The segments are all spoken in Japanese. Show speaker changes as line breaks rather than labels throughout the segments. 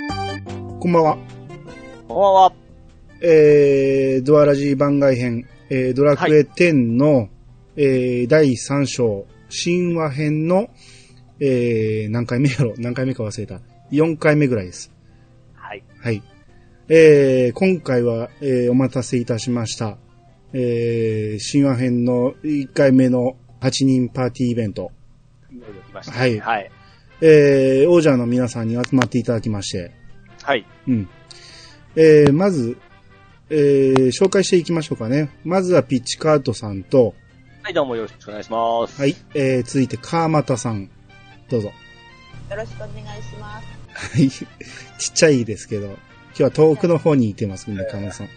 こんばんは。
こんばんは。
えー、ドアラジ番外編、えー、ドラクエ10の、えー、第3章、神話編の、えー、何回目やろ何回目か忘れた。4回目ぐらいです。
はい。
はい。えー、今回は、えー、お待たせいたしました。えー、神話編の1回目の8人パーティーイベント。
いよいよ来ました。
はい
はい。
えー、王者の皆さんに集まっていただきまして。
はい。
うん。えー、まず、えー、紹介していきましょうかね。まずはピッチカートさんと、
はい、どうもよろしくお願いします。
はい。、えー、続いて川又さん。どうぞ。
よろしくお願いします。
はい。 ちっちゃいですけど、今日は遠くの方にいてます、みんな、川又さん。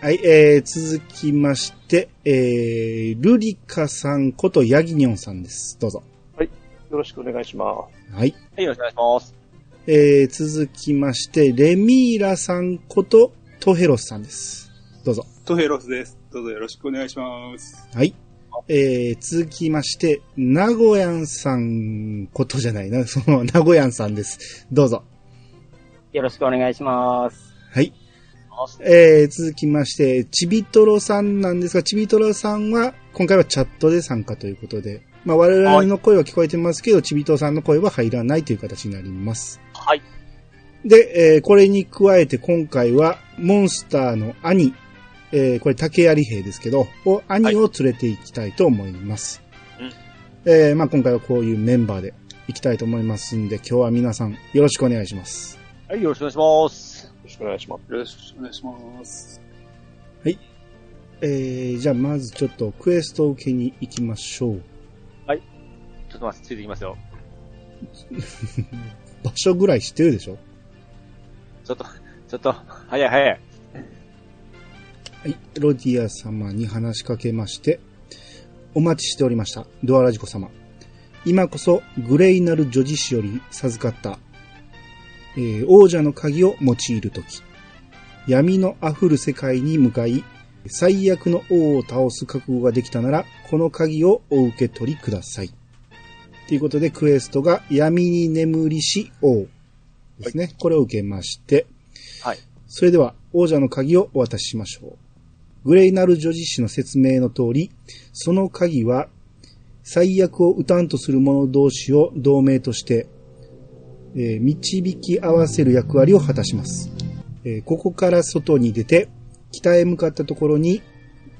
はい、えー、続きまして、えー、ルリカさんことヤギニョンさんです。どうぞ。
よろしくお願いしま
はい。
はい、よろしくお願いします。
えー、続きまして、レミーラさんことトヘロスさんです。どうぞ。
トヘロスです。どうぞよろしくお願いします。
はい。えー、続きまして、名古屋さんことじゃない な、その、名古屋さんです。どうぞ。
よろしくお願いします。
はい。
ます
えー、続きまして、ちびとろさんなんですが、ちびとろさんは、今回はチャットで参加ということで、まあ、我々の声は聞こえてますけど、ちびとろさんの声は入らないという形になります。
はい。
で、えーこれに加えて今回は、モンスターの兄、えーこれ竹槍兵ですけど、を兄を連れていきたいと思います。
はい
えーまあ今回はこういうメンバーでいきたいと思いますんで、今日は皆さんよろしくお願いします。
はい、よろしくお願いします
す。。よろしくお願いします。
よろしくお願いします。
えー、じゃあまずちょっとクエストを受けに行きましょう。
ちょっと待って、ついてきますよ。
場所ぐらい知ってるでしょ
ちょっと、ちょっと、早い早い。
はい。ロディア様に話しかけまして、お待ちしておりました。ドアラジコ様。今こそ、グレイナル女子子より授かった、えー王者の鍵を用いるとき、闇の溢る世界に向かい、最悪の王を倒す覚悟ができたなら、この鍵をお受け取りください。ということで、クエストが闇に眠りし王ですね。これを受けまして、
はい。
それでは、王者の鍵をお渡ししましょう。グレイナル女子誌の説明の通り、その鍵は、最悪を打たんとする者同士を同盟として、えー導き合わせる役割を果たします、えーここから外に出て、北へ向かったところに、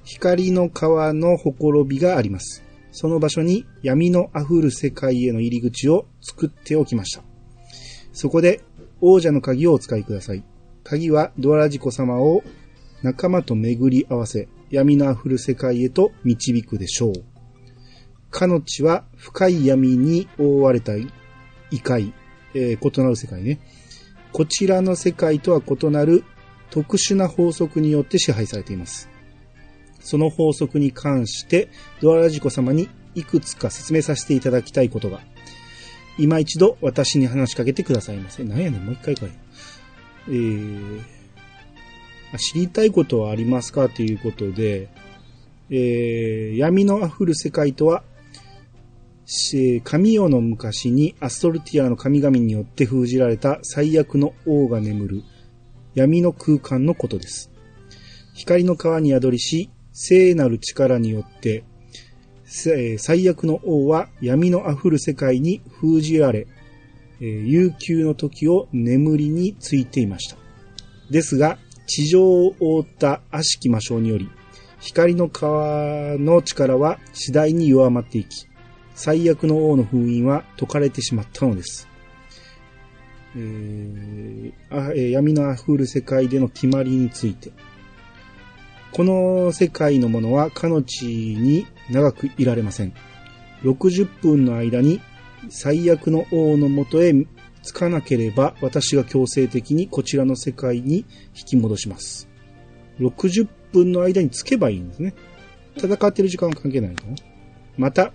光の川のほころびがあります。その場所に闇の溢る世界への入り口を作っておきました。そこで、王者の鍵をお使いください。鍵はドアラジコ様を仲間と巡り合わせ、闇の溢る世界へと導くでしょう。かの地は深い闇に覆われた異界、えー異なる世界ね。こちらの世界とは異なる特殊な法則によって支配されています。その法則に関して、ドアラジコ様にいくつか説明させていただきたいことが。今一度私に話しかけてくださいませ。なんやねん、もう一回かい。えーあ知りたいことはありますかということで、えー闇の溢る世界とは、し神代の昔にアストルティアの神々によって封じられた最悪の王が眠る闇の空間のことです。光の川に宿りし、聖なる力によって、せえー最悪の王は闇の溢る世界に封じられ、えー悠久の時を眠りについていました。ですが、地上を覆った悪しき魔性により、光の川の力は次第に弱まっていき、最悪の王の封印は解かれてしまったのです。えーあえー闇のあふる世界での決まりについて。この世界のものは彼の地に長くいられません。60分の間に最悪の王のもとへつかなければ私が強制的にこちらの世界に引き戻します。60分の間につけばいいんですね。戦ってる時間は関係ないのかなまた、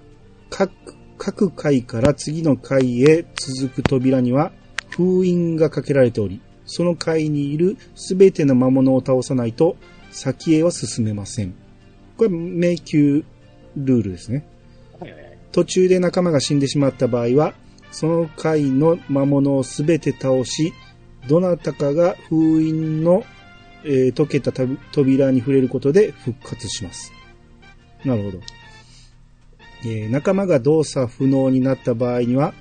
各、各回から次の回へ続く扉には封印がかけられており、その回にいるすべての魔物を倒さないと先へは進めません。これは迷宮ルールですね。
はいはいはい。
途中で仲間が死んでしまった場合は、その回の魔物をすべて倒し、どなたかが封印の、えー溶けたた扉に触れることで復活します。なるほど。えー仲間が動作不能になった場合には、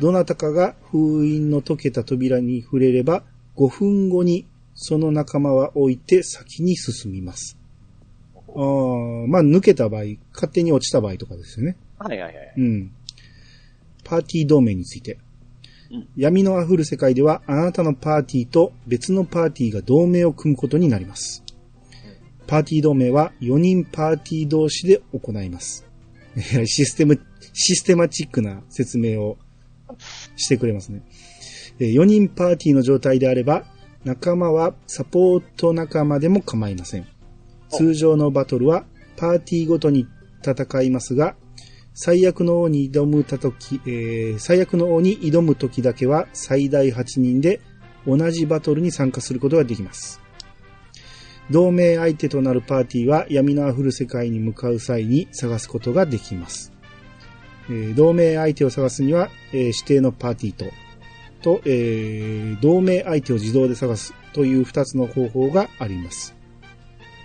どなたかが封印の溶けた扉に触れれば、5分後にその仲間は置いて先に進みます。あーまあ、抜けた場合、勝手に落ちた場合とかですよね。
はいはいはい。
うん。パーティー同盟について。
うん
闇の溢る世界では、あなたのパーティーと別のパーティーが同盟を組むことになります。パーティー同盟は4人パーティー同士で行います。 システム、システマチックな説明をしてくれますね。4人パーティーの状態であれば、仲間はサポート仲間でも構いません。通常のバトルはパーティーごとに戦いますが、最悪の王に挑むたとき、えー最悪の王に挑むときだけは最大8人で同じバトルに参加することができます。同盟相手となるパーティーは闇のあふる世界に向かう際に探すことができます。えー同盟相手を探すには、えー指定のパーティーと、と、えー同盟相手を自動で探すという2つの方法があります。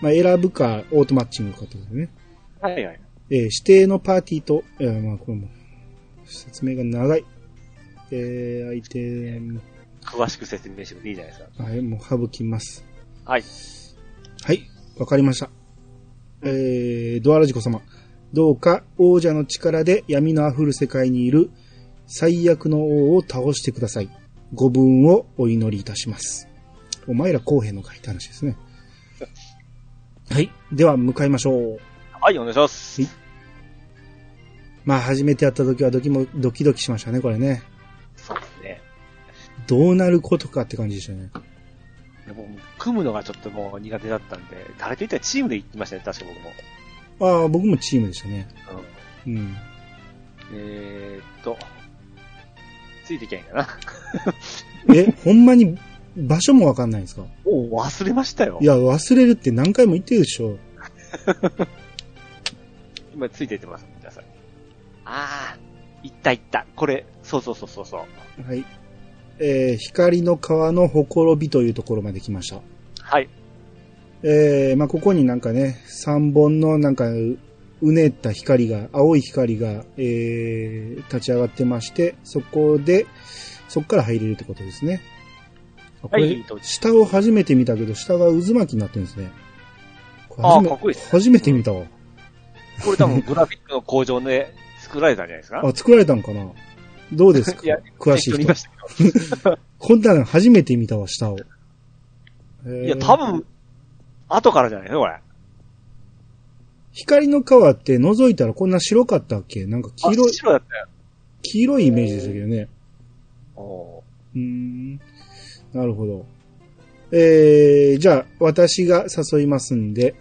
まあ、選ぶか、オートマッチングかということですね。
はいはい。
えー指定のパーティーと、えーまあこれも、説明が長い。えー相手も、
詳しく説明してもいいじゃないですか。
はい、もう省きます。
はい。
はい、わかりました。えー、ドアラジコ様。どうか王者の力で闇の溢る世界にいる最悪の王を倒してください。ご分をお祈りいたします。お前ら後編の書いた話ですね。はい。では、向かいましょう。
はい、お願いします。
まあ、初めてやった時はドキもドキドキしましたね、これね。
そうですね。
どうなることかって感じでしたね。
でも、組むのがちょっともう苦手だったんで、誰と言ったらチームで行ってましたね、確か僕も。
ああ、僕もチームでしたね。
うん
うん。
えーっと、ついていけないんだな。
え、ほんまに場所もわかんないんですか
もう忘れましたよ
い。や、忘れるって何回も言ってるでしょ。
今ついていってます、皆さん。あー、行った行った。これ、そうそうそうそうそう。
はい。えー光の川のほころびというところまで来ました。
はい。
えーまあ、ここになんかね、3本のなんか、ううねった光が、青い光が、えー立ち上がってまして、そこで、そこから入れるってことですね。あこ
は
れ、
い、どうぞ
下を初めて見たけど、下が渦巻きになってるんですね。これ
あー
初め
かっこいいです
初めて見たわ。
これ多分グラフィックの工場で作られたんじゃないですか
あ、作られたんかなどうですか
いや
詳しい
適当に言
人
ま。したけど
こんなの初めて見たわ、下を。
い
い
や、多。分、後からじゃないですか、これ。
光の川って覗いたらこんな白かったっけなんか黄色
あ
い、
白だったよ。
黄色いイメージでしたけどね。
お
うーん。なるほど。えー、じゃあ、私が誘いますんで、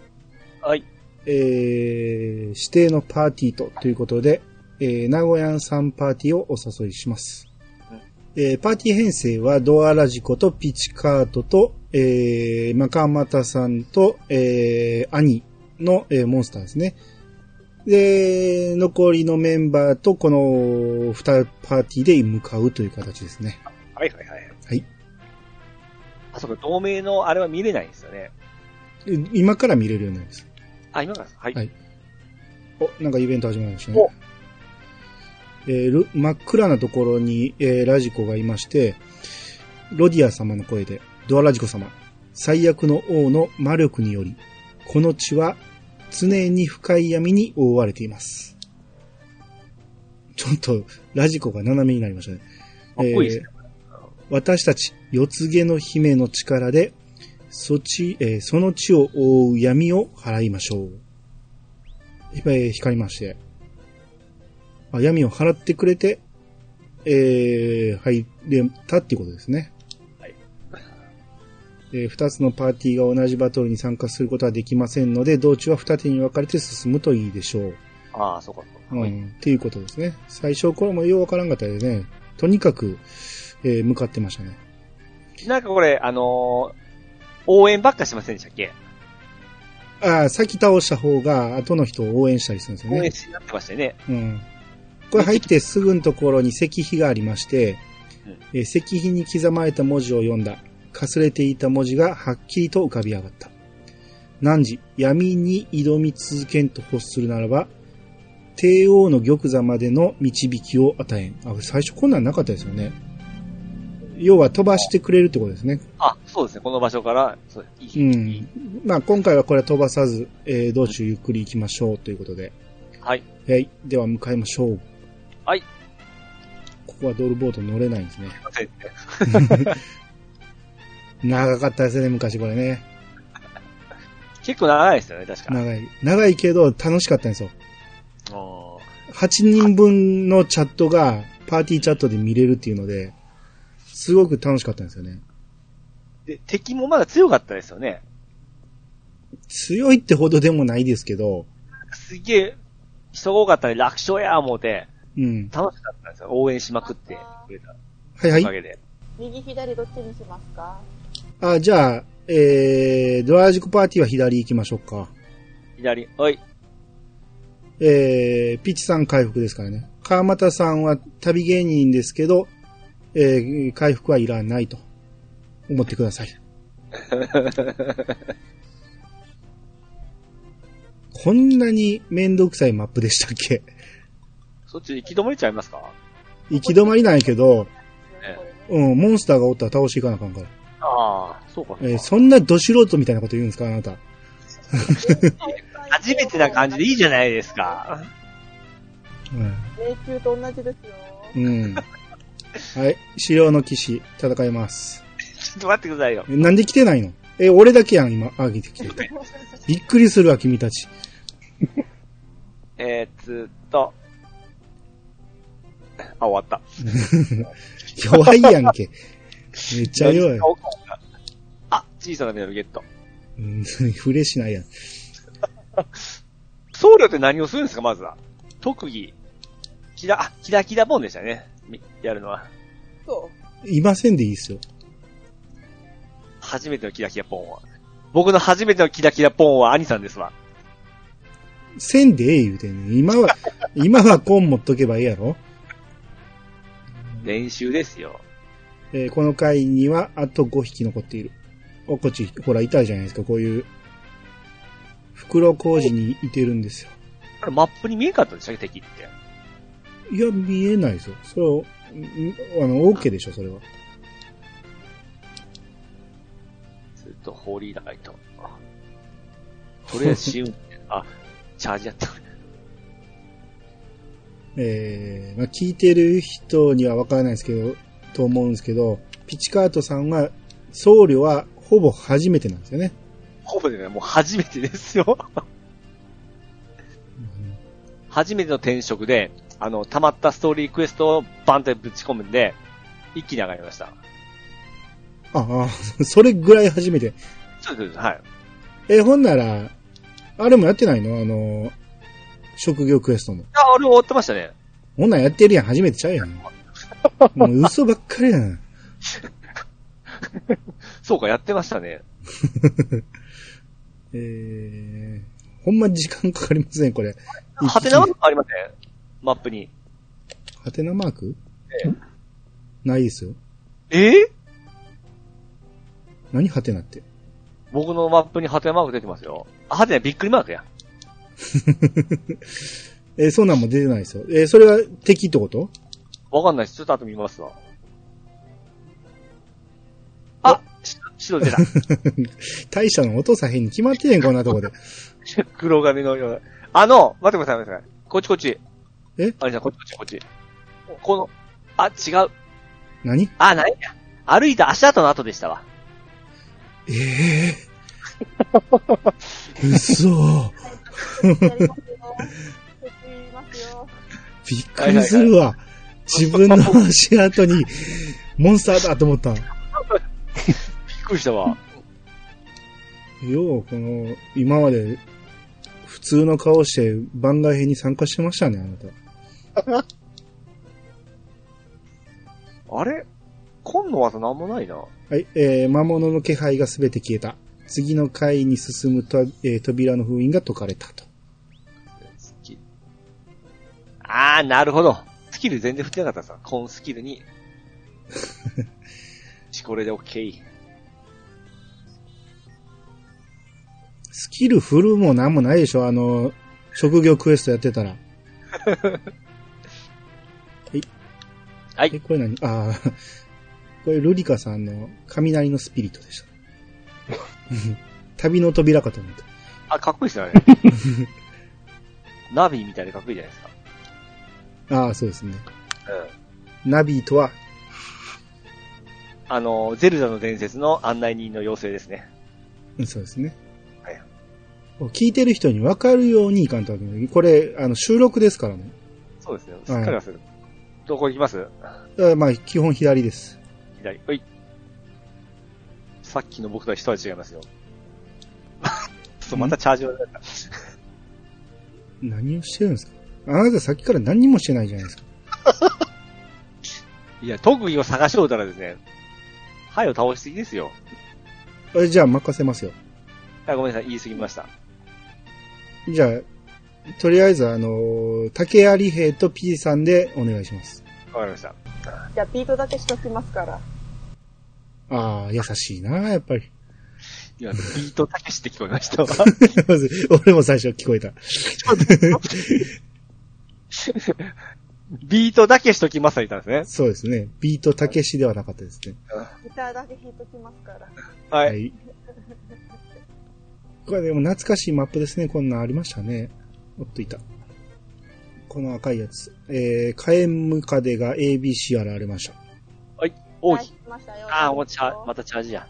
ーはい。
えー、指定のパーティーとということで、えー、名古屋さんパーティーをお誘いします。えー、パーティー編成はドアラジコとピチカートと、えー、マカマタさんと、えー、兄の、えーモンスターですね。で、残りのメンバーとこの二パーティーで向かうという形ですね。
はいはいはい。
はい。
あ、そうか、同盟のあれは見れないんですよね。
え今から見れるようになります。
あ、今からですはい。
は
はいい。
お、なんかイベント始まりました
お
ね。えール真っ暗なところに、えーラジコがいまして、ロディア様の声で、ドアラジコ様、最悪の王の魔力により、この地は常に深い闇に覆われています。ちょっと、ラジコが斜めになりましたね。
かっこいいですね
私たち、四つ毛の姫の力で、そち、えーその地を覆う闇を払いましょう。えー光りまして。あ闇を払ってくれて、えー、入れたっていうことですね。
はい。
えー二つのパーティーが同じバトルに参加することはできませんので、道中は二手に分かれて進むといいでしょう。、
ああ、そうか、そううんか。
っていうことですね。最初、これもようわからんかったでね、とにかく、えー向かってましたね。
なんかこれ、あのー応援ばっかしませんでしたっけ
ああ、先倒した方が、後の人を応援したりするんですよ
応
ね
援。しになってましたよね。
うん。これ入ってすぐのところに石碑がありまして
うん、
えー石碑に刻まれた文字を読んだ。かすれていた文字がはっきりと浮かび上がった。何時、闇に挑み続けんと欲するならば、帝王の玉座までの導きを与えん。あ、最初こんなんなかったですよね。要は飛ばしてくれるってことですね。
あ、そうですね。この場所から、そういい、
うん。まあ今回はこれは飛ばさず、えー、道中ゆっくり行きましょうということで。
はい。
はい。では向かいましょう。
はい。
ここはドルボート乗れないん ですね。
全
長かったですね、昔これね。
結構長いですよね、確か。
長い。長いけど楽しかったんですよ。
あー
8人分のチャットがパーティーチャットで見れるっていうので、すごく楽しかったんですよね。
で、敵もまだ強かったですよね。
強いってほどでもないですけど、
すげえ、人が多かったんで楽勝や思うて、
うん。
楽しかったんですよ。応援しまくってくれた
はいは
お
い
か。げで。
右左どっちにしますか
あ、じゃあ、えー、ドラジクパーティーは左行きましょうか。
左、おい、
えー、ピッチさん回復ですからね。川又さんは旅芸人ですけど、えー、回復はいらないと思ってください。こんなにめんどくさいマップでしたっけ
そっち行き止まりちゃいますか
行き止まりなんやけど、
ええ
これね
うん、モンスターがおったら倒していかなあかんから。
ああ、そうか、そう
えー
か
そんなド素人みたいなこと言うんですかあなた。
初めてな感じでいいじゃないですか。
迷宮と同じですよ。
うん。うん。はい。資料の騎士、戦います。
ちょっと待ってくださいよ。
なんで来てないのえ、俺だけやん、今、あげてきてる。びっくりするわ、君たち。
えー、ずっと。あ、終わった。
弱いやんけ。めっちゃ弱い。
あ、小さなメダルゲット。
うん、触れしないやん。
僧侶って何をするんですか、まずは。特技。キラ、あ、キラキラボンでしたね。みやるのは。
そ
いませんでいいっすよ。
初めてのキラキラポンは。僕の初めてのキラキラポンは兄さんですわ。
せんでええ言うてんねん今は、今はコーン持っとけばええやろ。
練習ですよ。
えーこの回にはあと5匹残っている。お、こっち、ほら、いたじゃないですか、こういう。袋小路にいてるんですよ。
あれ、マップに見えんかったでしたっけ、敵って。
いや、見えないですよ。それを、んあの、OK でしょ、それは。
ずっとホーリーライト。あとりあえず、シ 運ン。あ、チャージやった。
えーまあ、聞いてる人には分からないですけど、と思うんですけど、ピチカートさんは、僧侶はほぼ初めてなんですよね。
ほぼでね、もう初めてですよ。初めての転職で、あの、溜まったストーリークエストをバンってぶち込むんで、一気に上がりました。
ああ、それぐらい初めて。
そうです、そうですはい。
え、ほんなら、あれもやってないのあの、職業クエストも。
あ、俺終わってましたね。
ほんなんやってるやん、初めてちゃうやん。もう嘘ばっかりやん。
そうか、やってましたね。
えー、ほんま時間かかりますね、これ。
ハテナマークありませんマップに。
ハテナマーク
ええ
ないですよ。
えー
何ハテナって。
僕のマップにハテナマーク出てますよ。あ、ハテナびっくりマークや。
えーそんなんも出てないですよ。えーそれは敵ってこと
わかんないです。ちょっと後見ますわ。あ、し白出た。
大したの落とさへんに決まってねん、こんなとこで。
黒髪のような。あの、待ってください、待ってください。こっちこっち。
え
あれじゃん、こっちこっち、こっち。この、あ、違う。
何
あ、ないや。歩いた足跡の後でしたわ。
ええ ー。嘘。
う。やりますよ。敵いますよ。
びっくりするわ。自分の足跡に、モンスターだと思った。
びっくりしたわ。
よう、この、今まで、普通の顔して番外編に参加してましたね、あなた。
あれ今の技なんもないな。
はい、えー、魔物の気配がすべて消えた。次の回に進むと、えー扉の封印が解かれたと。
スキル。あー、なるほど。スキル全然 振ってなかったさ。コンスキルに。しこれで OK。
スキル振るもなんもないでしょあの、職業クエストやってた ら。はい。
はい
え、これ何 ああ、これルリカさんの雷のスピリットでした。 旅の扉かと思った。
あ、かっこいいですね。 ナビみたいでかっこいいじゃないですか。
ああ、そうですね。
うん。
ナビとは、
あの、ゼルダの伝説の案内人の妖精ですね。
うんそうですね。
はい
聞いてる人に分かるようにいかんとあかんこれ、あの、収録ですからね。
そうですね。すっかり忘れる。どこ行きます
だからまあ、基本左です。
左。はい。さっきの僕とは一味違いますよ。 ちょっとまたチャージをやられた。
何をしてるんですかあなたさっきから何にもしてないじゃないですか。
いや、特技を探しようたらですね、灰を倒しすぎですよ。
えじゃあ、任せますよ。
あごめんなさい、言い過ぎました。
じゃあ、とりあえず、あのー竹谷里平と P さんでお願いします。
わかりました。
じゃあ、ビートだけしときますから。
ああ、優しいな、やっぱり。
今、ビートたけしって聞こえましたわ。
まず俺も最初聞こえた。
ビートだけしときますと言ったんです
そうですね。ビートたけしではなかったですね。
ギターだけ弾いときますから。
ね。はい。
はい。これでも懐かしいマップですね。こんなんありましたね。おっといた。この赤いやつ。えー、カエムカデが ABC 現れました。
大
はい
きい。
来ましたよ。
ああ、もうチャ、またチャージや。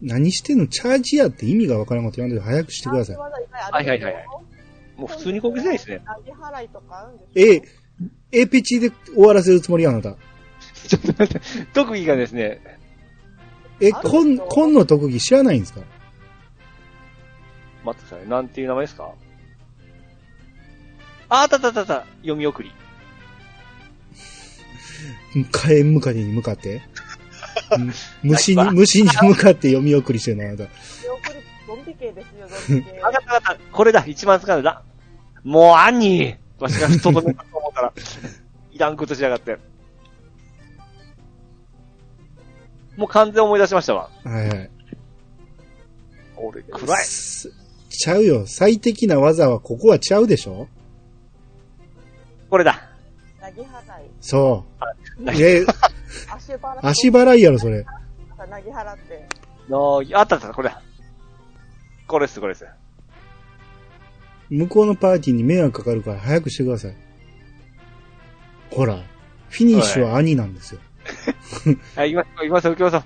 何してんのチャージアって意味がわからなかった。やんで早くしてください。
はい
はいはいはい。もう普通に攻撃しないですね。。
味払いとかあるんですか
え、A ピチで終わらせるつもりあなた。
ちょっと待って、特技がですね、
え、
ある
こん、
よ
こんの特技知らないんですか
待ってください。なんていう名前ですかあ、あったあったあったあった。読み送り。
カエムカデに向かって。 うん虫
ない
に、
わ
虫に向かって読み送りしてるのあなた。
よくゾンビ系ですよ、ゾンビ系。
わかったわかった。これだ。一番使うんだ。もう、兄わしがとどめたと思ったら、 いらんことしやがって。もう完全思い出しましたわ。
はいはい。
俺、暗い。
すちゃうよ。最適な技はここはちゃうでしょ
これだ。
ぎ払い。
そ
な
う。え、
足払い。
足払いやろ、それ。
なぎ払って。
のあったあった、これだ。これです、これです。
向こうのパーティーに迷惑かかるから早くしてください。ほら、フィニッシュは兄なんですよ。
はい、行きましょう、行きましょう、行きましょ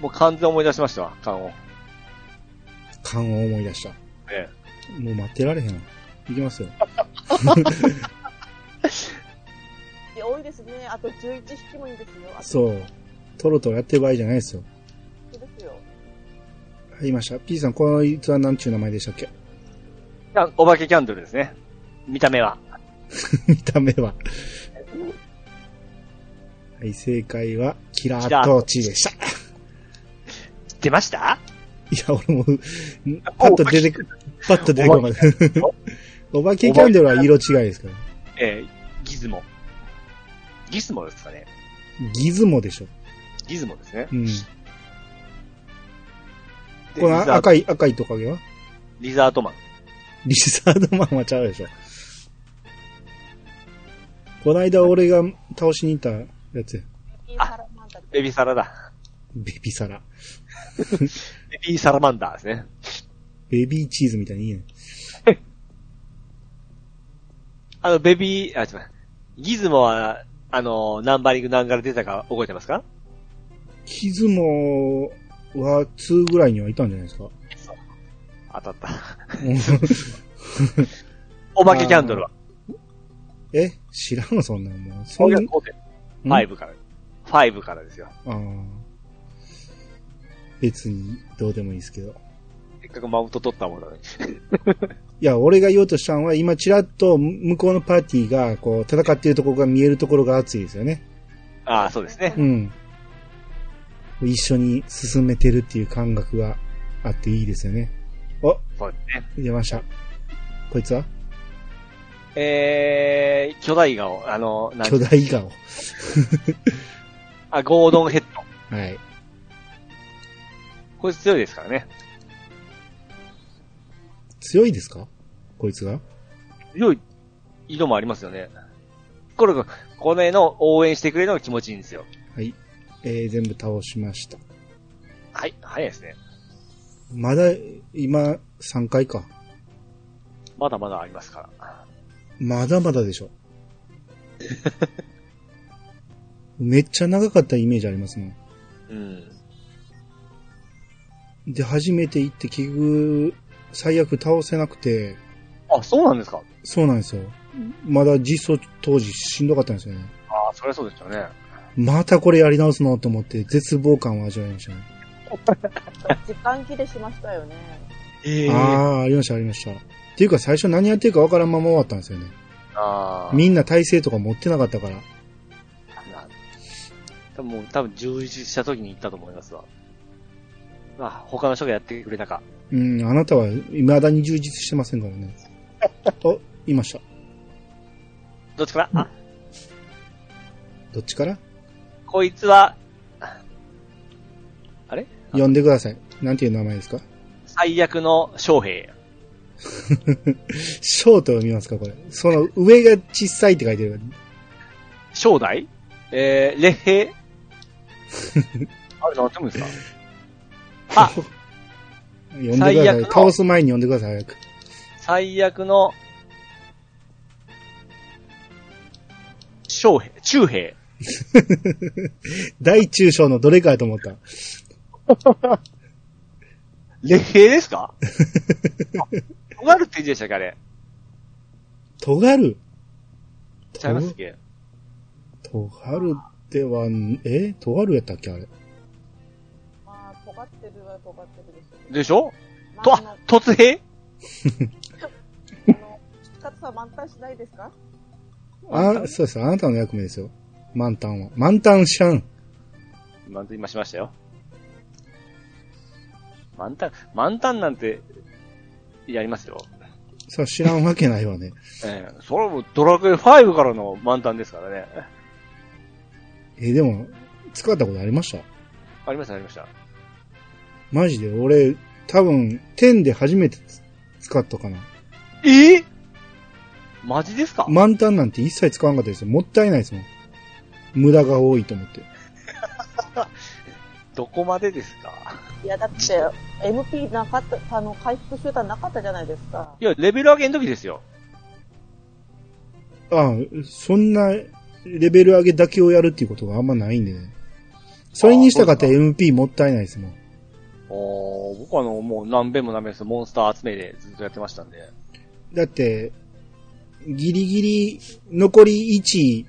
う。もう完全思い出しましたわ、勘を。
勘を思い出した。
え
もう待ってられへんわ。いきますよ。
いや多いですね。あと11匹もいいですよ。あと
そう。トロトロやってる場合じゃないですよ。
11匹ですよ。
入りました。P さん、こいつは何ちゅう名前でしたっけ
キャンお化けキャンドルですね。見た目は。
見た目は。はい、正解は、キラートーチでした。
出ました
いや、俺も、んパッと出てく、パッと出てこなかった。お化けキャンドルは色違いですから。
えー、ギズモ。ギズモですかね。
ギズモでしょ。
ギズモですね。
うん。
で
こ
リザー
の
ド
赤い、赤いトカゲは
リザートマン。
リザードマンはちゃうでしょ。この間俺が倒しに行ったやつや
いい腹なんだって。
ベビーサラだ。
ベビーサラ。
ベビーサラマンダーですね。
ベビーチーズみたいにいいね。
あの、ベビー、あ、違う。ギズモは、あの、ナンバリング何から出たか覚えてますか
ギズモは2ぐらいにはいたんじゃないですか。
当たった。
うん
お化けキャンドルは。
え知らんわ、そんなんもう。そ
そ
ん
れ
な
が、5点。5から。5からですよ。
ああ。別に、どうでもいいですけど。
せっかくマウント取ったものなのに。
いや、俺が言おうとしたのは、今、ちらっと向こうのパーティーが、こう、戦っているところが見えるところが熱いですよね。
ああ、そうですね。
うん。一緒に進めてるっていう感覚があっていいですよね。お、
そうですね。
出ました。こいつは
えー、巨大顔。あの、なん
巨大顔。
あ、ゴードンヘッド。
はい。
こいつ強いですからね。
強いですかこいつが
強い色もありますよね。これが、この絵の応援してくれるのが気持ちいいんですよ。
はい。えー、全部倒しました。
はい、早いですね。
まだ、今、3回か。
まだまだありますから。
まだまだで しょ。めっちゃ長かったイメージありますね。
うん。
で、初めて行って結局、最悪倒せなくて、
あ、そうなんですか
そうなんですよ。まだ実装当時しんどかったんですよね。
ああ、そりゃそうですよね。
またこれやり直すのと思って絶望感を味わいましたね。
時間切れしましたよね。
え
ああ、ありました、ありました。っていうか最初何やってるかわからんまま終わったんですよね。
あー
みんな体勢とか持ってなかったから。
な多分もう、多分充実した時に行ったと思いますわ。まあ、他の人がやってくれたか。
うん、あなたは未だに充実してませんから ね。お、いました。
どっちかな、あ、
どっちから
こいつは、あれ
呼んでください。なんていう名前ですか
最悪の将兵。
ショーと読みますか、これ。その上が小さいって書いてるから。
将代えー、烈兵 あれ、なんて読むんですかあ
呼んでくださ
最悪
い。
の
倒す前に呼んでください、早く。
最悪の、将兵、中兵。
大中小のどれかやと思った。
烈兵です かあ尖るって言うんでしたっけあれ。
尖る
ちゃいますっけ
尖るではん、え尖るやったっけ、あれ。
まあ、尖ってるは尖ってるですよね。
でしょ
ま
と、
あ、あの、
あ突兵
あの、勝さん満タンしないですか
あ、そうです。あなたの役目ですよ。満タンは。満タンシャン。
満タン今しましたよ。満タン、満タンなんて、やりますよ。
それは知らんわけないわね。
ええそれはもうドラクエ5からの満タンですからね。
え、でも、使ったことありました
ありました、ありました。
マジで、俺、多分、10で初めてつ使ったかな。
ええマジですか、
満タンなんて一切使わなかったですよ。もったいないですもん。無駄が多いと思って。
どこまでですか
いや、だって、MP なかった、あの、回復手段なかったじゃないですか。
いや、レベル上げの時ですよ。
ああ、そんな、レベル上げだけをやるっていうことがあんまないんでね。それにしたかったら MP もったいないですもん。
おー僕はあの、もう何遍も何遍もモンスター集めでずっとやってましたんで。
だって、ギリギリ、残り1、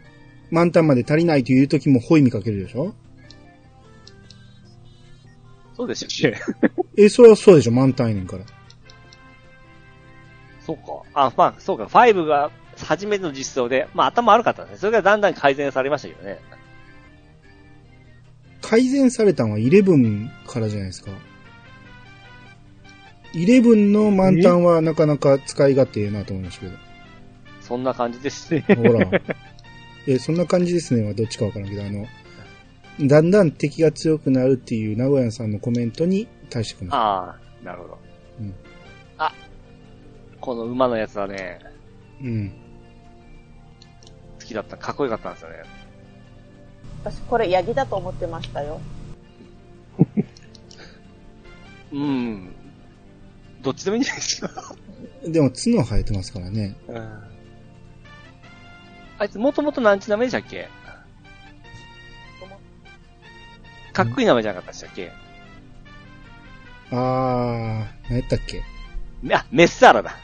満タンまで足りないという時もホイミかけるでしょ
そうでしたっけ
え、それはそうでしょ満タンやねんから。
そうか。あ、まあ、そうか。5が初めての実装で、まあ頭悪かったんですね。それがだんだん改善されましたけどね。
改善されたのは11からじゃないですか。11の満タンはなかなか使い勝手ええなと思いましたけど。
そんな感じです ね。
ほら。え、そんな感じですね。はどっちかわからんけど、あの、だんだん敵が強くなるっていう名古屋さんのコメントに対してこの、
ああ、なるほど。
うん
あ、この馬のやつはね、
うん。
好きだった。かっこよかったんですよね。
私、これ、ヤギだと思ってましたよ。
うん。どっちでもいいんじゃないですか。
でも角生えてますからね。
あいつもともと何ち名前でしたっけかっこいい名前じゃなかったでしたっけ
あー、何やったっけ
めあ、メッサーラだ。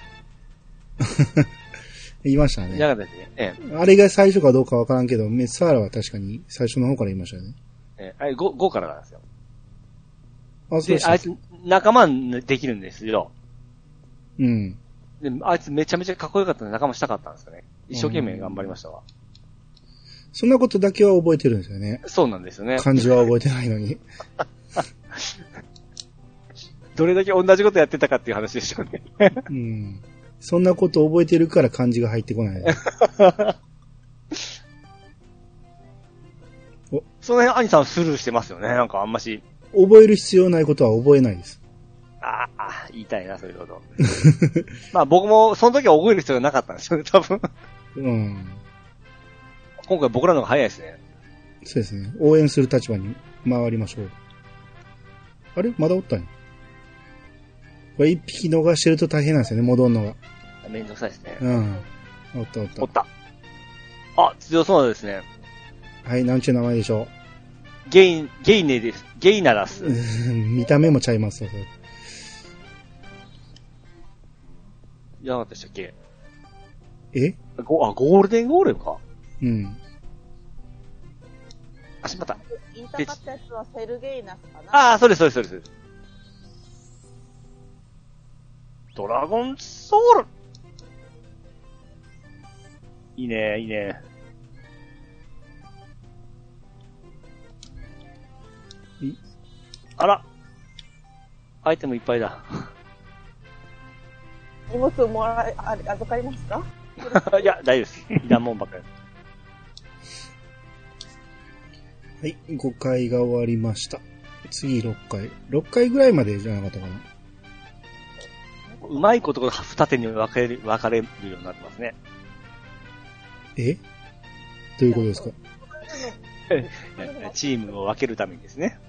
言いました
じ
ね。
ゃなかったですね。え
あれが最初かどうかわからんけど、メスワーラは確かに最初の方から言いましたよね。
え、ええ、あれ 5, からなんですよ。
あ、そうで
で
し、
あ
た
い。つ仲間にできるんですよ。
うん。
で、あいつめちゃめちゃかっこよかったんで仲間したかったんですよね。一生懸命頑張りましたわ。
そんなことだけは覚えてるんですよね。
そうなんですよね。
漢字は覚えてないのに。
どれだけ同じことやってたかっていう話でしょうね。
うん。そんなこと覚えてるから漢字が入ってこない。
その辺、兄さんスルーしてますよね。なんかあんまし、
覚える必要ないことは覚えないです。
ああ、言いたいな、そういうこと。 まあ僕も、その時は覚える必要がなかったんですよね、多分。
うん。
今回僕らの方が早いですね。
そうですね。応援する立場に回りましょう。あれまだおったんや。これ一匹逃してると大変なんですよね、戻んのが。
めんどくさいですね。
うん。おったおった
おっ。た。あ、強そうですね。
はい、なんちゅう名前でしょ
ゲイン、ゲイネです。ゲイナラス
う。う。 ん見た目もちゃいますよ、それ
いやなかったでしたっけ
え
ごあ、ゴールデンゴーレムか。
うん。
あ、しまった。
言いたかったやつはセルゲイナスかな。
ああ、そうです、そうです、そうです。ドラゴンソウルいいね、いいね。
い
あらアイテムいっぱいだ。
荷物をもらい、あれ預かりますか
いや、大丈夫です。いらんもんばっかり。
はい、5回が終わりました。次6回。6回ぐらいまでじゃなかったかな。
うまいこと、二手に分かれる、分かれるようになってますね。
えどういうことですか
チームを分けるためにですね。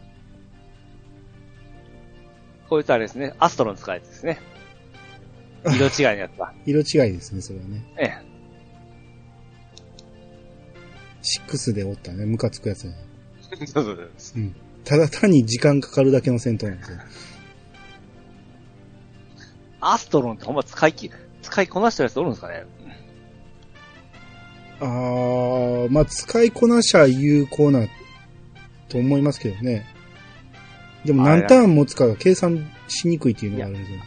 こいつはあれですね、アストロン使うやつ ですね。色違いのやつだ。
色違いですね、それはね。
ええ。
6でおったね、ムカつくやつね。
そうそうそう。
ただ単に時間かかるだけの戦闘なんですよ。
アストロンってほんま使いき、使いこなしたやつおるんですかね
あー、まあ、使いこなしゃ有効な、と思いますけどね。でも
あ
何ターン持つかが計算しにくいっていうのがあるんですよ。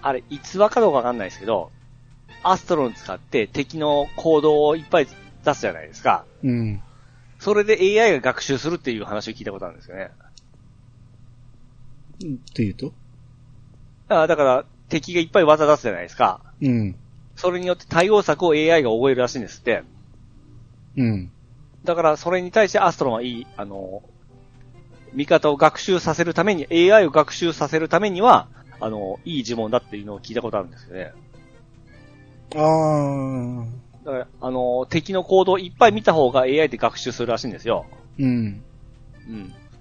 あれ、逸話かどうかわかんないですけど、アストロン使って敵の行動をいっぱい出すじゃないですか。
うん。
それで AI が学習するっていう話を聞いたことあるんですよね。
というと
あだから、敵がいっぱい技出すじゃないですか。
うん。
それによって対応策を AI が覚えるらしいんですって。
うん。
だから、それに対してアストロンはいい、あの、味方を学習させるために、AI を学習させるためには、あの、いい呪文だっていうのを聞いたことあるんですよね。
あー。
だから、あの、敵の行動をいっぱい見た方が AI で学習するらしいんですよ。
うん。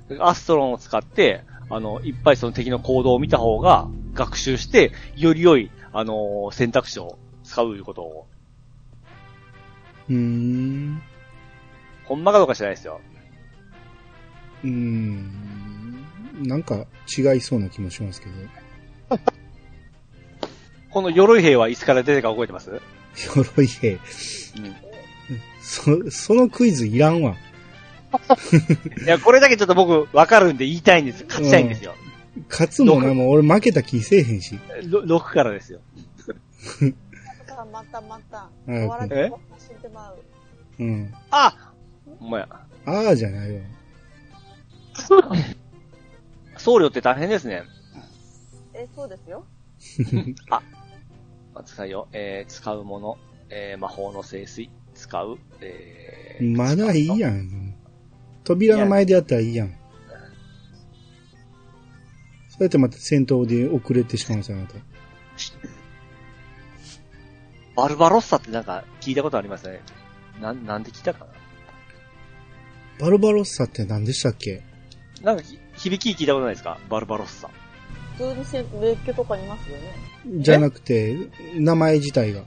うん。アストロンを使って、あの、いっぱいその敵の行動を見た方が学習して、より良い、あの、選択肢を使ういうことを、
うーん。
ほんまかどうか知らないですよ。
うーん。なんか違いそうな気もしますけど。
この鎧兵はいつから出てか覚えてます
鎧兵。
うん。
そ、そのクイズいらんわ。
いや、これだけちょっと僕、わかるんで言いたいんです。勝ちたいんですよ。
勝つもな、もう俺負けた気せえへんし。
ろ6からですよ。
またまたまた。
うん
終わらずに死んでまう。
うん。
あほんまや。
ああじゃないわ。
僧侶って大変ですね。
え、そうですよ。
まあ使いよ。えー、使うもの。えー、魔法の聖水。使う。えー、
まだいいやん。扉の前でやったらいいやん。そうやってまた戦闘で遅れてしまうんですよ、あなた。
バルバロッサってなんか聞いたことありますね。なん、なんで聞いたか
バルバロッサって何でしたっけ
ななんかひ、響き聞いたことないですかバルバロッサ。
普通にせ別居とかにいますよね。
じゃなくて、名前自体が。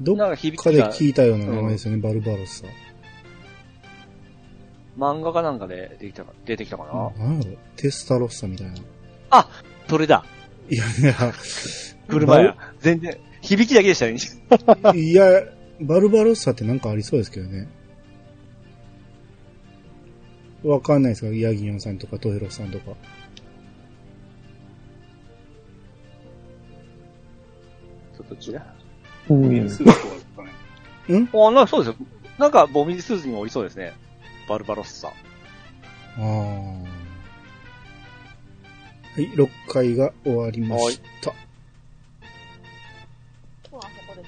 どっ
なん
か
か響き
で
が、
聞いたような名前ですよね、バルバロッサ。
漫画かなんかで出てきたか、出てきたかな、
なんやろテスタロッサみたいな。
それだ。
いやいや、
車や。全然、響きだけでしたね。
バルいや、バルバロッサってなんかありそうですけどね。わかんないですかヤギニョンさんとかトヘロさんとか。
ちょっと違う。
そういうスーツですかね。
あ、なんかそうですよ。なんか、ボミジスーツにもおりそうですね。バルバロッサ。
ああ。はい、6回が終わりました。
今日はあそこ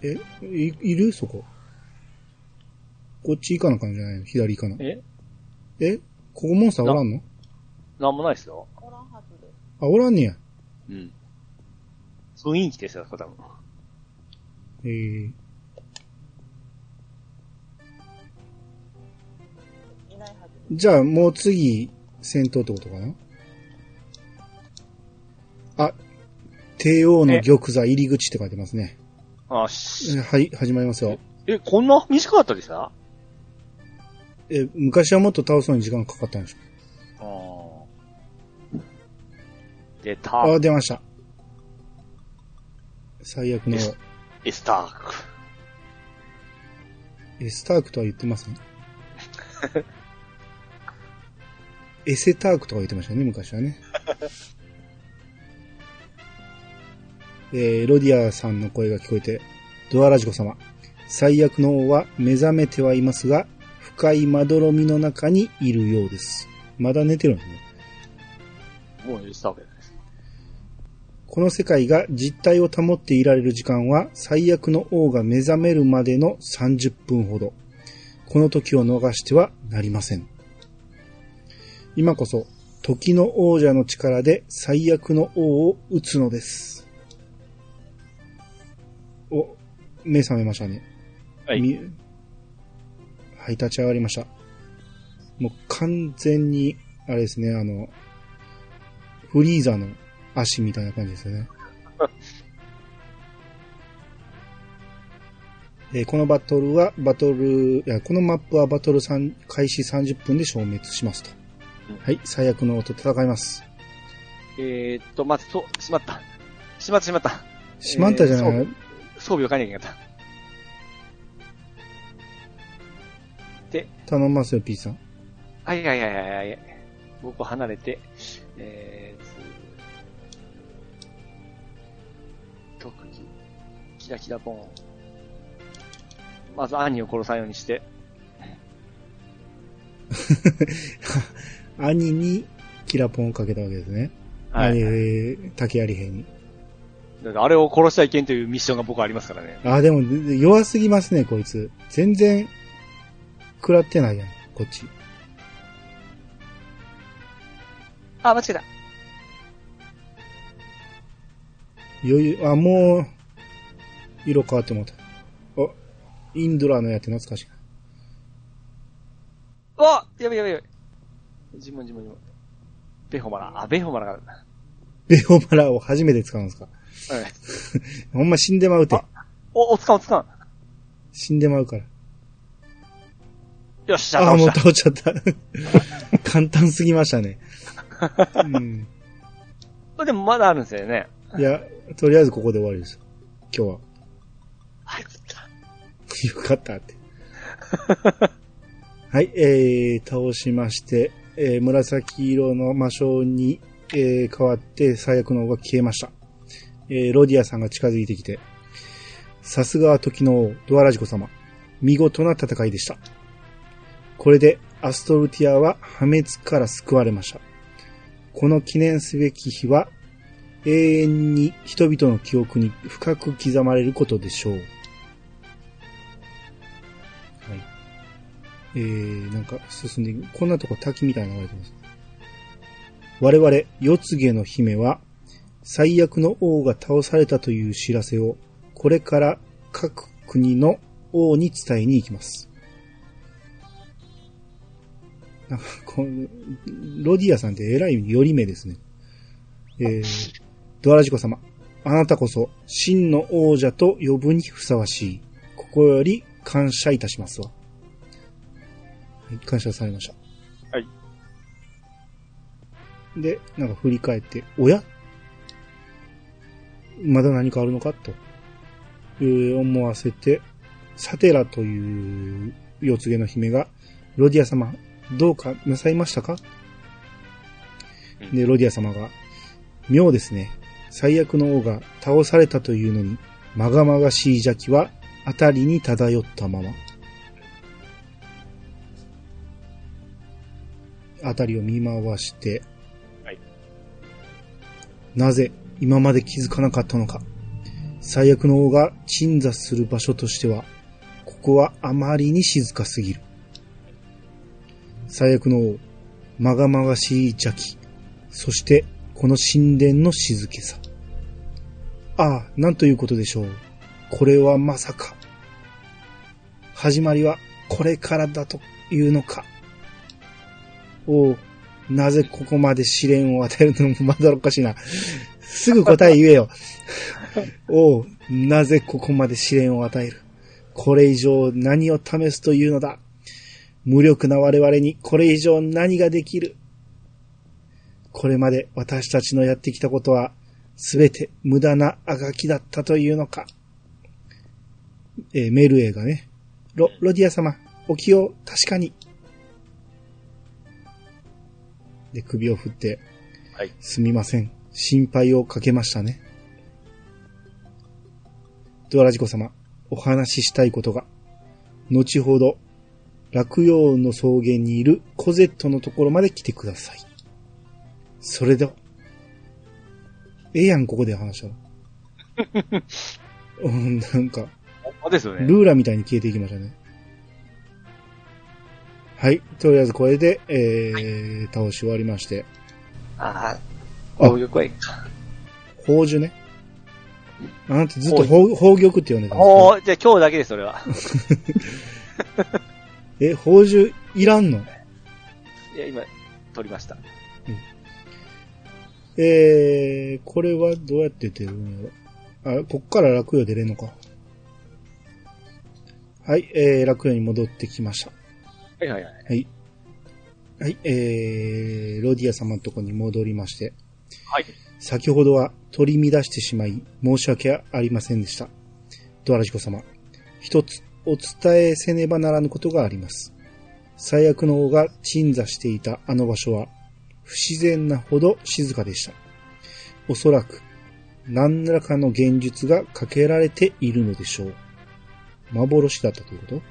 ですよ。
え、い、いるそこ。こっち行かなあかんじゃないの左行かな。
え
えここモンスターおらんの
なんもないですよ。
おらんはずです。
あ、おらんねや。
うん。雰囲気ですよ、多分。
えー、
いないはずです。
じゃあもう次、戦闘ってことかなあ、帝王の玉座入り口って書いてますね。
あ、し、
えはい、始まりますよ。
え、こんな短かったでした
え、昔はもっと倒すのに時間かかったんでしょ
うん。出た。
あ、出ました。最悪の、
よしエスターク。
え、スタークとは言ってます ね。エセタークとか言ってましたね、昔はね。 えーロディアさんの声が聞こえて、ドアラジコ様、最悪の王は目覚めてはいますが、深いまどろみの中にいるようです。まだ寝てるんですね。
もうエスタークじゃないです。
この世界が実体を保っていられる時間は最悪の王が目覚めるまでの30分ほど。この時を逃してはなりません。今こそ、時の王者の力で最悪の王を撃つのです。お、目覚めましたね。
はい
み。はい、立ち上がりました。もう完全に、あれですね、あの、フリーザの足みたいな感じですよね。 えーこのバトルは、バトル、いや、このマップはバトルさん開始30分で消滅しますと
うん。
はい、最悪の王と戦います。
えーっと、待って、そう、しまった。しまったしまった。
しまったじゃない、
えー装備を変えなきゃいけなかっ
頼みますよ、P さん。
た。はいはいはいはいはい。僕を離れて、えー、つ特技、キラキラボーン。まず兄を殺さんようにして、
兄にキラポンをかけたわけですね。
はい。
えー竹槍兵に。
だからあれを殺しちゃいけんというミッションが僕はありますからね。
あ、でも、弱すぎますね、こいつ。全然、食らってないやん、こっち。
あ、間違えた。
余裕、あ、もう、色変わってもうた。あ、インドラのやって懐かしいな。
うわやべやべやべ。自分自分自分。ベホマラ。あ、ベホマラが。は
ベオマラを初めて使うんですか
い。
ほんま死んでまうて
あ。お、おつかんおつかん。
死んでまうから。
よっしゃ、
ああ、
倒
もう
した。
倒っちゃった。 簡単すぎましたね。うん。
これでもまだあるんですよね。
いや、とりあえずここで終わりですよ。今日は。
はい。
よかったって。 はい、えー、倒しまして、えー、紫色の魔性に、えー、変わって最悪の王が消えました。えー、ロディアさんが近づいてきて、さすがは時の王、ドアラジコ様。見事な戦いでした。これで、アストルティアは破滅から救われました。この記念すべき日は、永遠に人々の記憶に深く刻まれることでしょう。はい。えー、なんか進んでいく。こんなとこ滝みたいなの流れてます。我々、四つ毛の姫は、最悪の王が倒されたという知らせを、これから各国の王に伝えに行きます。なんかこの、ロディアさんって偉い寄り目ですね。えー、ドアラジコ様、あなたこそ真の王者と呼ぶにふさわしい。ここより感謝いたしますわ。はい感謝されました。
はい。
で、なんか振り返って、おやまだ何かあるのかと、えー思わせて、サテラという四つ毛の姫が、ロディア様、どうかなさいましたか
うん
で、ロディア様が、妙ですね。最悪の王が倒されたというのに、まがまがしい邪気は、あたりに漂ったまま。あたりを見回して、
はい
なぜ今まで気づかなかったのか。最悪の王が鎮座する場所としては、ここはあまりに静かすぎる。最悪の王、まがまがしい邪気、そしてこの神殿の静けさ。ああ、なんということでしょう。これはまさか。始まりはこれからだというのか。おう、なぜここまで試練を与えるのもまだおかしいな。すぐ答え言えよ。おう、なぜここまで試練を与える。これ以上何を試すというのだ。無力な我々にこれ以上何ができる。これまで私たちのやってきたことは、すべて無駄なあがきだったというのか。えーメール映画ね。ロ、ロディア様、お気を確かに。で、首を振って、
はい
すみません。心配をかけましたね。ドアラジコ様、お話ししたいことが。後ほど、落葉の草原にいるコゼットのところまで来てください。それでは。ええやん、ここで話した ら。うん、なんか、
ほんまですよね。
ルーラみたいに消えていきましたね。はい。とりあえずこれで、えー、倒し終わりまして。
ああ、こういう声。
宝珠ね。あなたずっと宝宝玉って呼んでたんです
おー、じゃあ今日だけです、それは。
けどえ、宝珠いらんの
いや、今、撮りました。
えー、これはどうやって出るんやろあ、こっから楽屋出れんのか。はい、えー、楽屋に戻ってきました。
はいはいはい。
はい、えー、ロディア様のとこに戻りまして。
はい。
先ほどは取り乱してしまい申し訳ありませんでした。ドアラジコ様、一つお伝えせねばならぬことがあります。最悪の王が鎮座していたあの場所は不自然なほど静かでした。おそらく何らかの現実がかけられているのでしょう。幻だったということ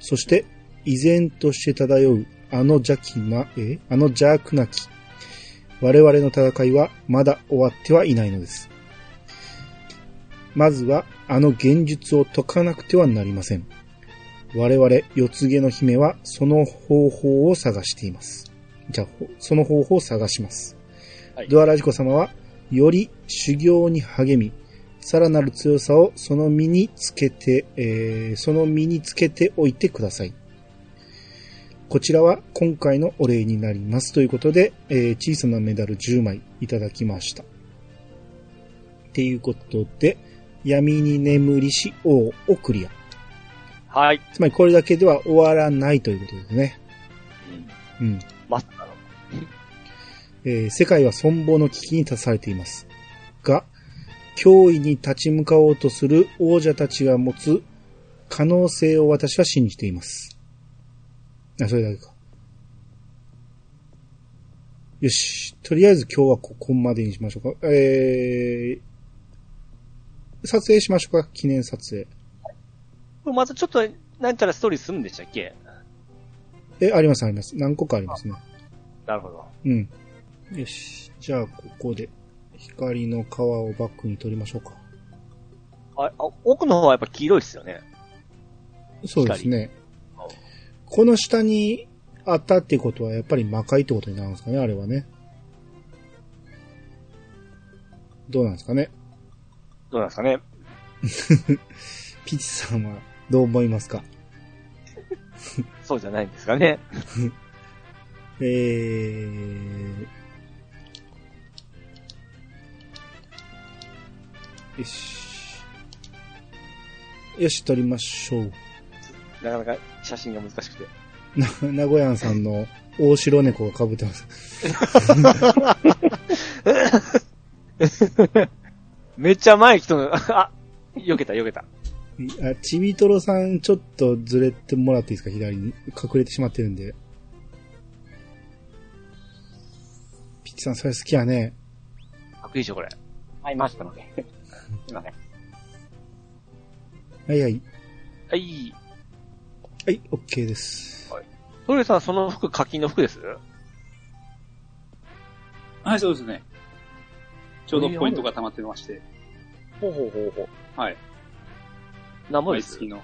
そして、依然として漂うあの邪気な、えあの邪悪なき我々の戦いはまだ終わってはいないのです。まずはあの現実を解かなくてはなりません。我々四つ毛の姫はその方法を探しています。じゃあ、ほその方法を探します。
はい
ドアラジコ様はより修行に励み、さらなる強さをその身につけて、えーその身につけておいてください。こちらは今回のお礼になりますということで、えー小さなメダル10枚いただきました。っていうことで、闇に眠りし王をクリア。
はい。
つまりこれだけでは終わらないということですね。うん。
まさかの。
えー世界は存亡の危機に立たされています。が、脅威に立ち向かおうとする王者たちが持つ可能性を私は信じています。あ、それだけか。よし。とりあえず今日はここまでにしましょうか。えー、撮影しましょうか。記念撮影。
これまたちょっと、なんちゃらストーリーするんでしたっけ
え、ありますあります。何個かありますね。
なるほど。
うん。よし。じゃあ、ここで、光の皮をバックに取りましょうか。
あ、あ奥の方はやっぱ黄色いですよね。
そうですね
光。
この下にあったってことは、やっぱり魔界ってことになるんですかね、あれはね。どうなんですかね。
どうなんですかね。
ピチさんはどう思いますか
そうじゃないんですかね。
えー。よし。よし、撮りまし ょう。
なかなか写真が難しくて。
な、名古屋さんの大城猫が被ってます。
めっちゃ前来たの、 あ、避けた避けた。
あ、ちびとろさん、ちょっとずれてもらっていいですか左に。隠れてしまってるんで。ピッチさん、それ好きやね。
かっこいいでしょ、これ。
はい、回したので。すいません。
はいはい。
はい。
はい、OK です。
トレさん、その服、課金の服です
はい、そうですね。ちょうどポイントが溜まってまして。
ほうほうほうほう。
はい。
何もで
毎
す
月の。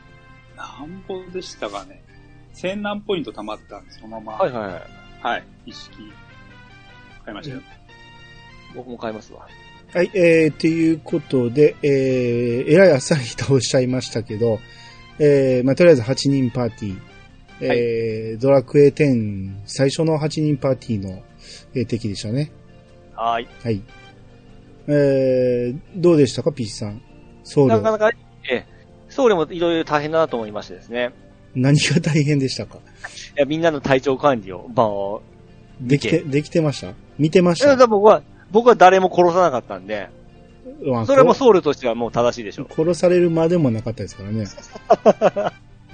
なんぼでしたかね。千何ポイント貯まったんで、そのまま、は、
はいいはいはい。
一式、買いましたよ。
僕も買いますわ。
はい、えー、ということで、えー、えらいあっさりとおっしゃいましたけど、えー、まあ、とりあえず8人パーティー、えードラクエ10最初の8人パーティーの、えー敵でしたね。
はい。
はい。えー、どうでしたか、ピーチさん。僧
なか
侶。
なか、ええ、僧侶もいろいろ大変だなと思いましてですね。
何が大変でしたか
いや、みんなの体調管理を、まあ、
できて、できてました見てまし
いやだ
た
から僕は、僕は誰も殺さなかったんで、
まあ
それはもう
こ
僧侶としてはもう正しいでしょう。
殺されるまでもなかったですから ね。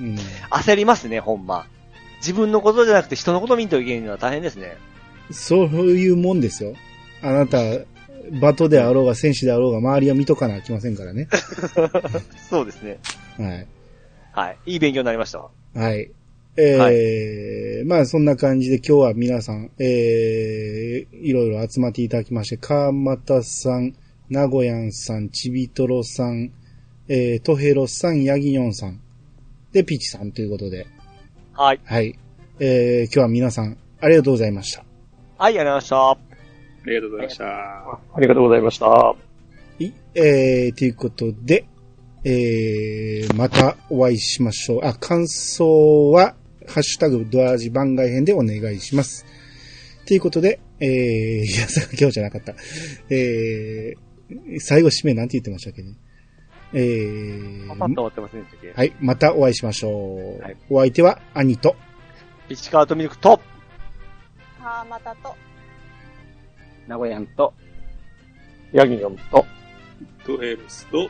うん、
焦りますね、ほんま。自分のことじゃなくて人のこと見んといけんのは大変ですね。
そういうもんですよ。あなた、バトであろうが戦士であろうが周りは見とかなきませんから ね。
そうですね。
はい。
はい。いい勉強になりましたわ。
はい。えーまあそんな感じで今日は皆さん、えー、いろいろ集まっていただきまして、川又さん、名古屋さん、ちびとろさん、えー、とへろさん、ヤギヨンさん、で、ピチさんということで、
はい。
はい。えー、今日は皆さん、ありがとうございました。
はい、ありがとうございました。
ありがとうございました。
ありがとうございました。
い、えー、ということで、えー、またお会いしましょう。あ、感想は、ハッシュタグドアジ番外編でお願いします。ということで、えー、いや、さ今日じゃなかった。えー、最後締めなんて言ってましたっけね。えー、
パパッと終わってませんでしたっけ
はい、またお会いしましょう。
はい
お相手は、兄と、
ピチカートミルクと、
はまたと。
名古屋んと、
ヤギニョンと、
トヘルスと、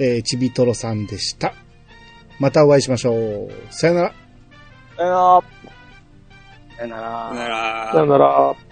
えー、ちびとろさんでした。またお会いしましょう。さよなら。
さよなら。
さよなら
さよなら
さよなら。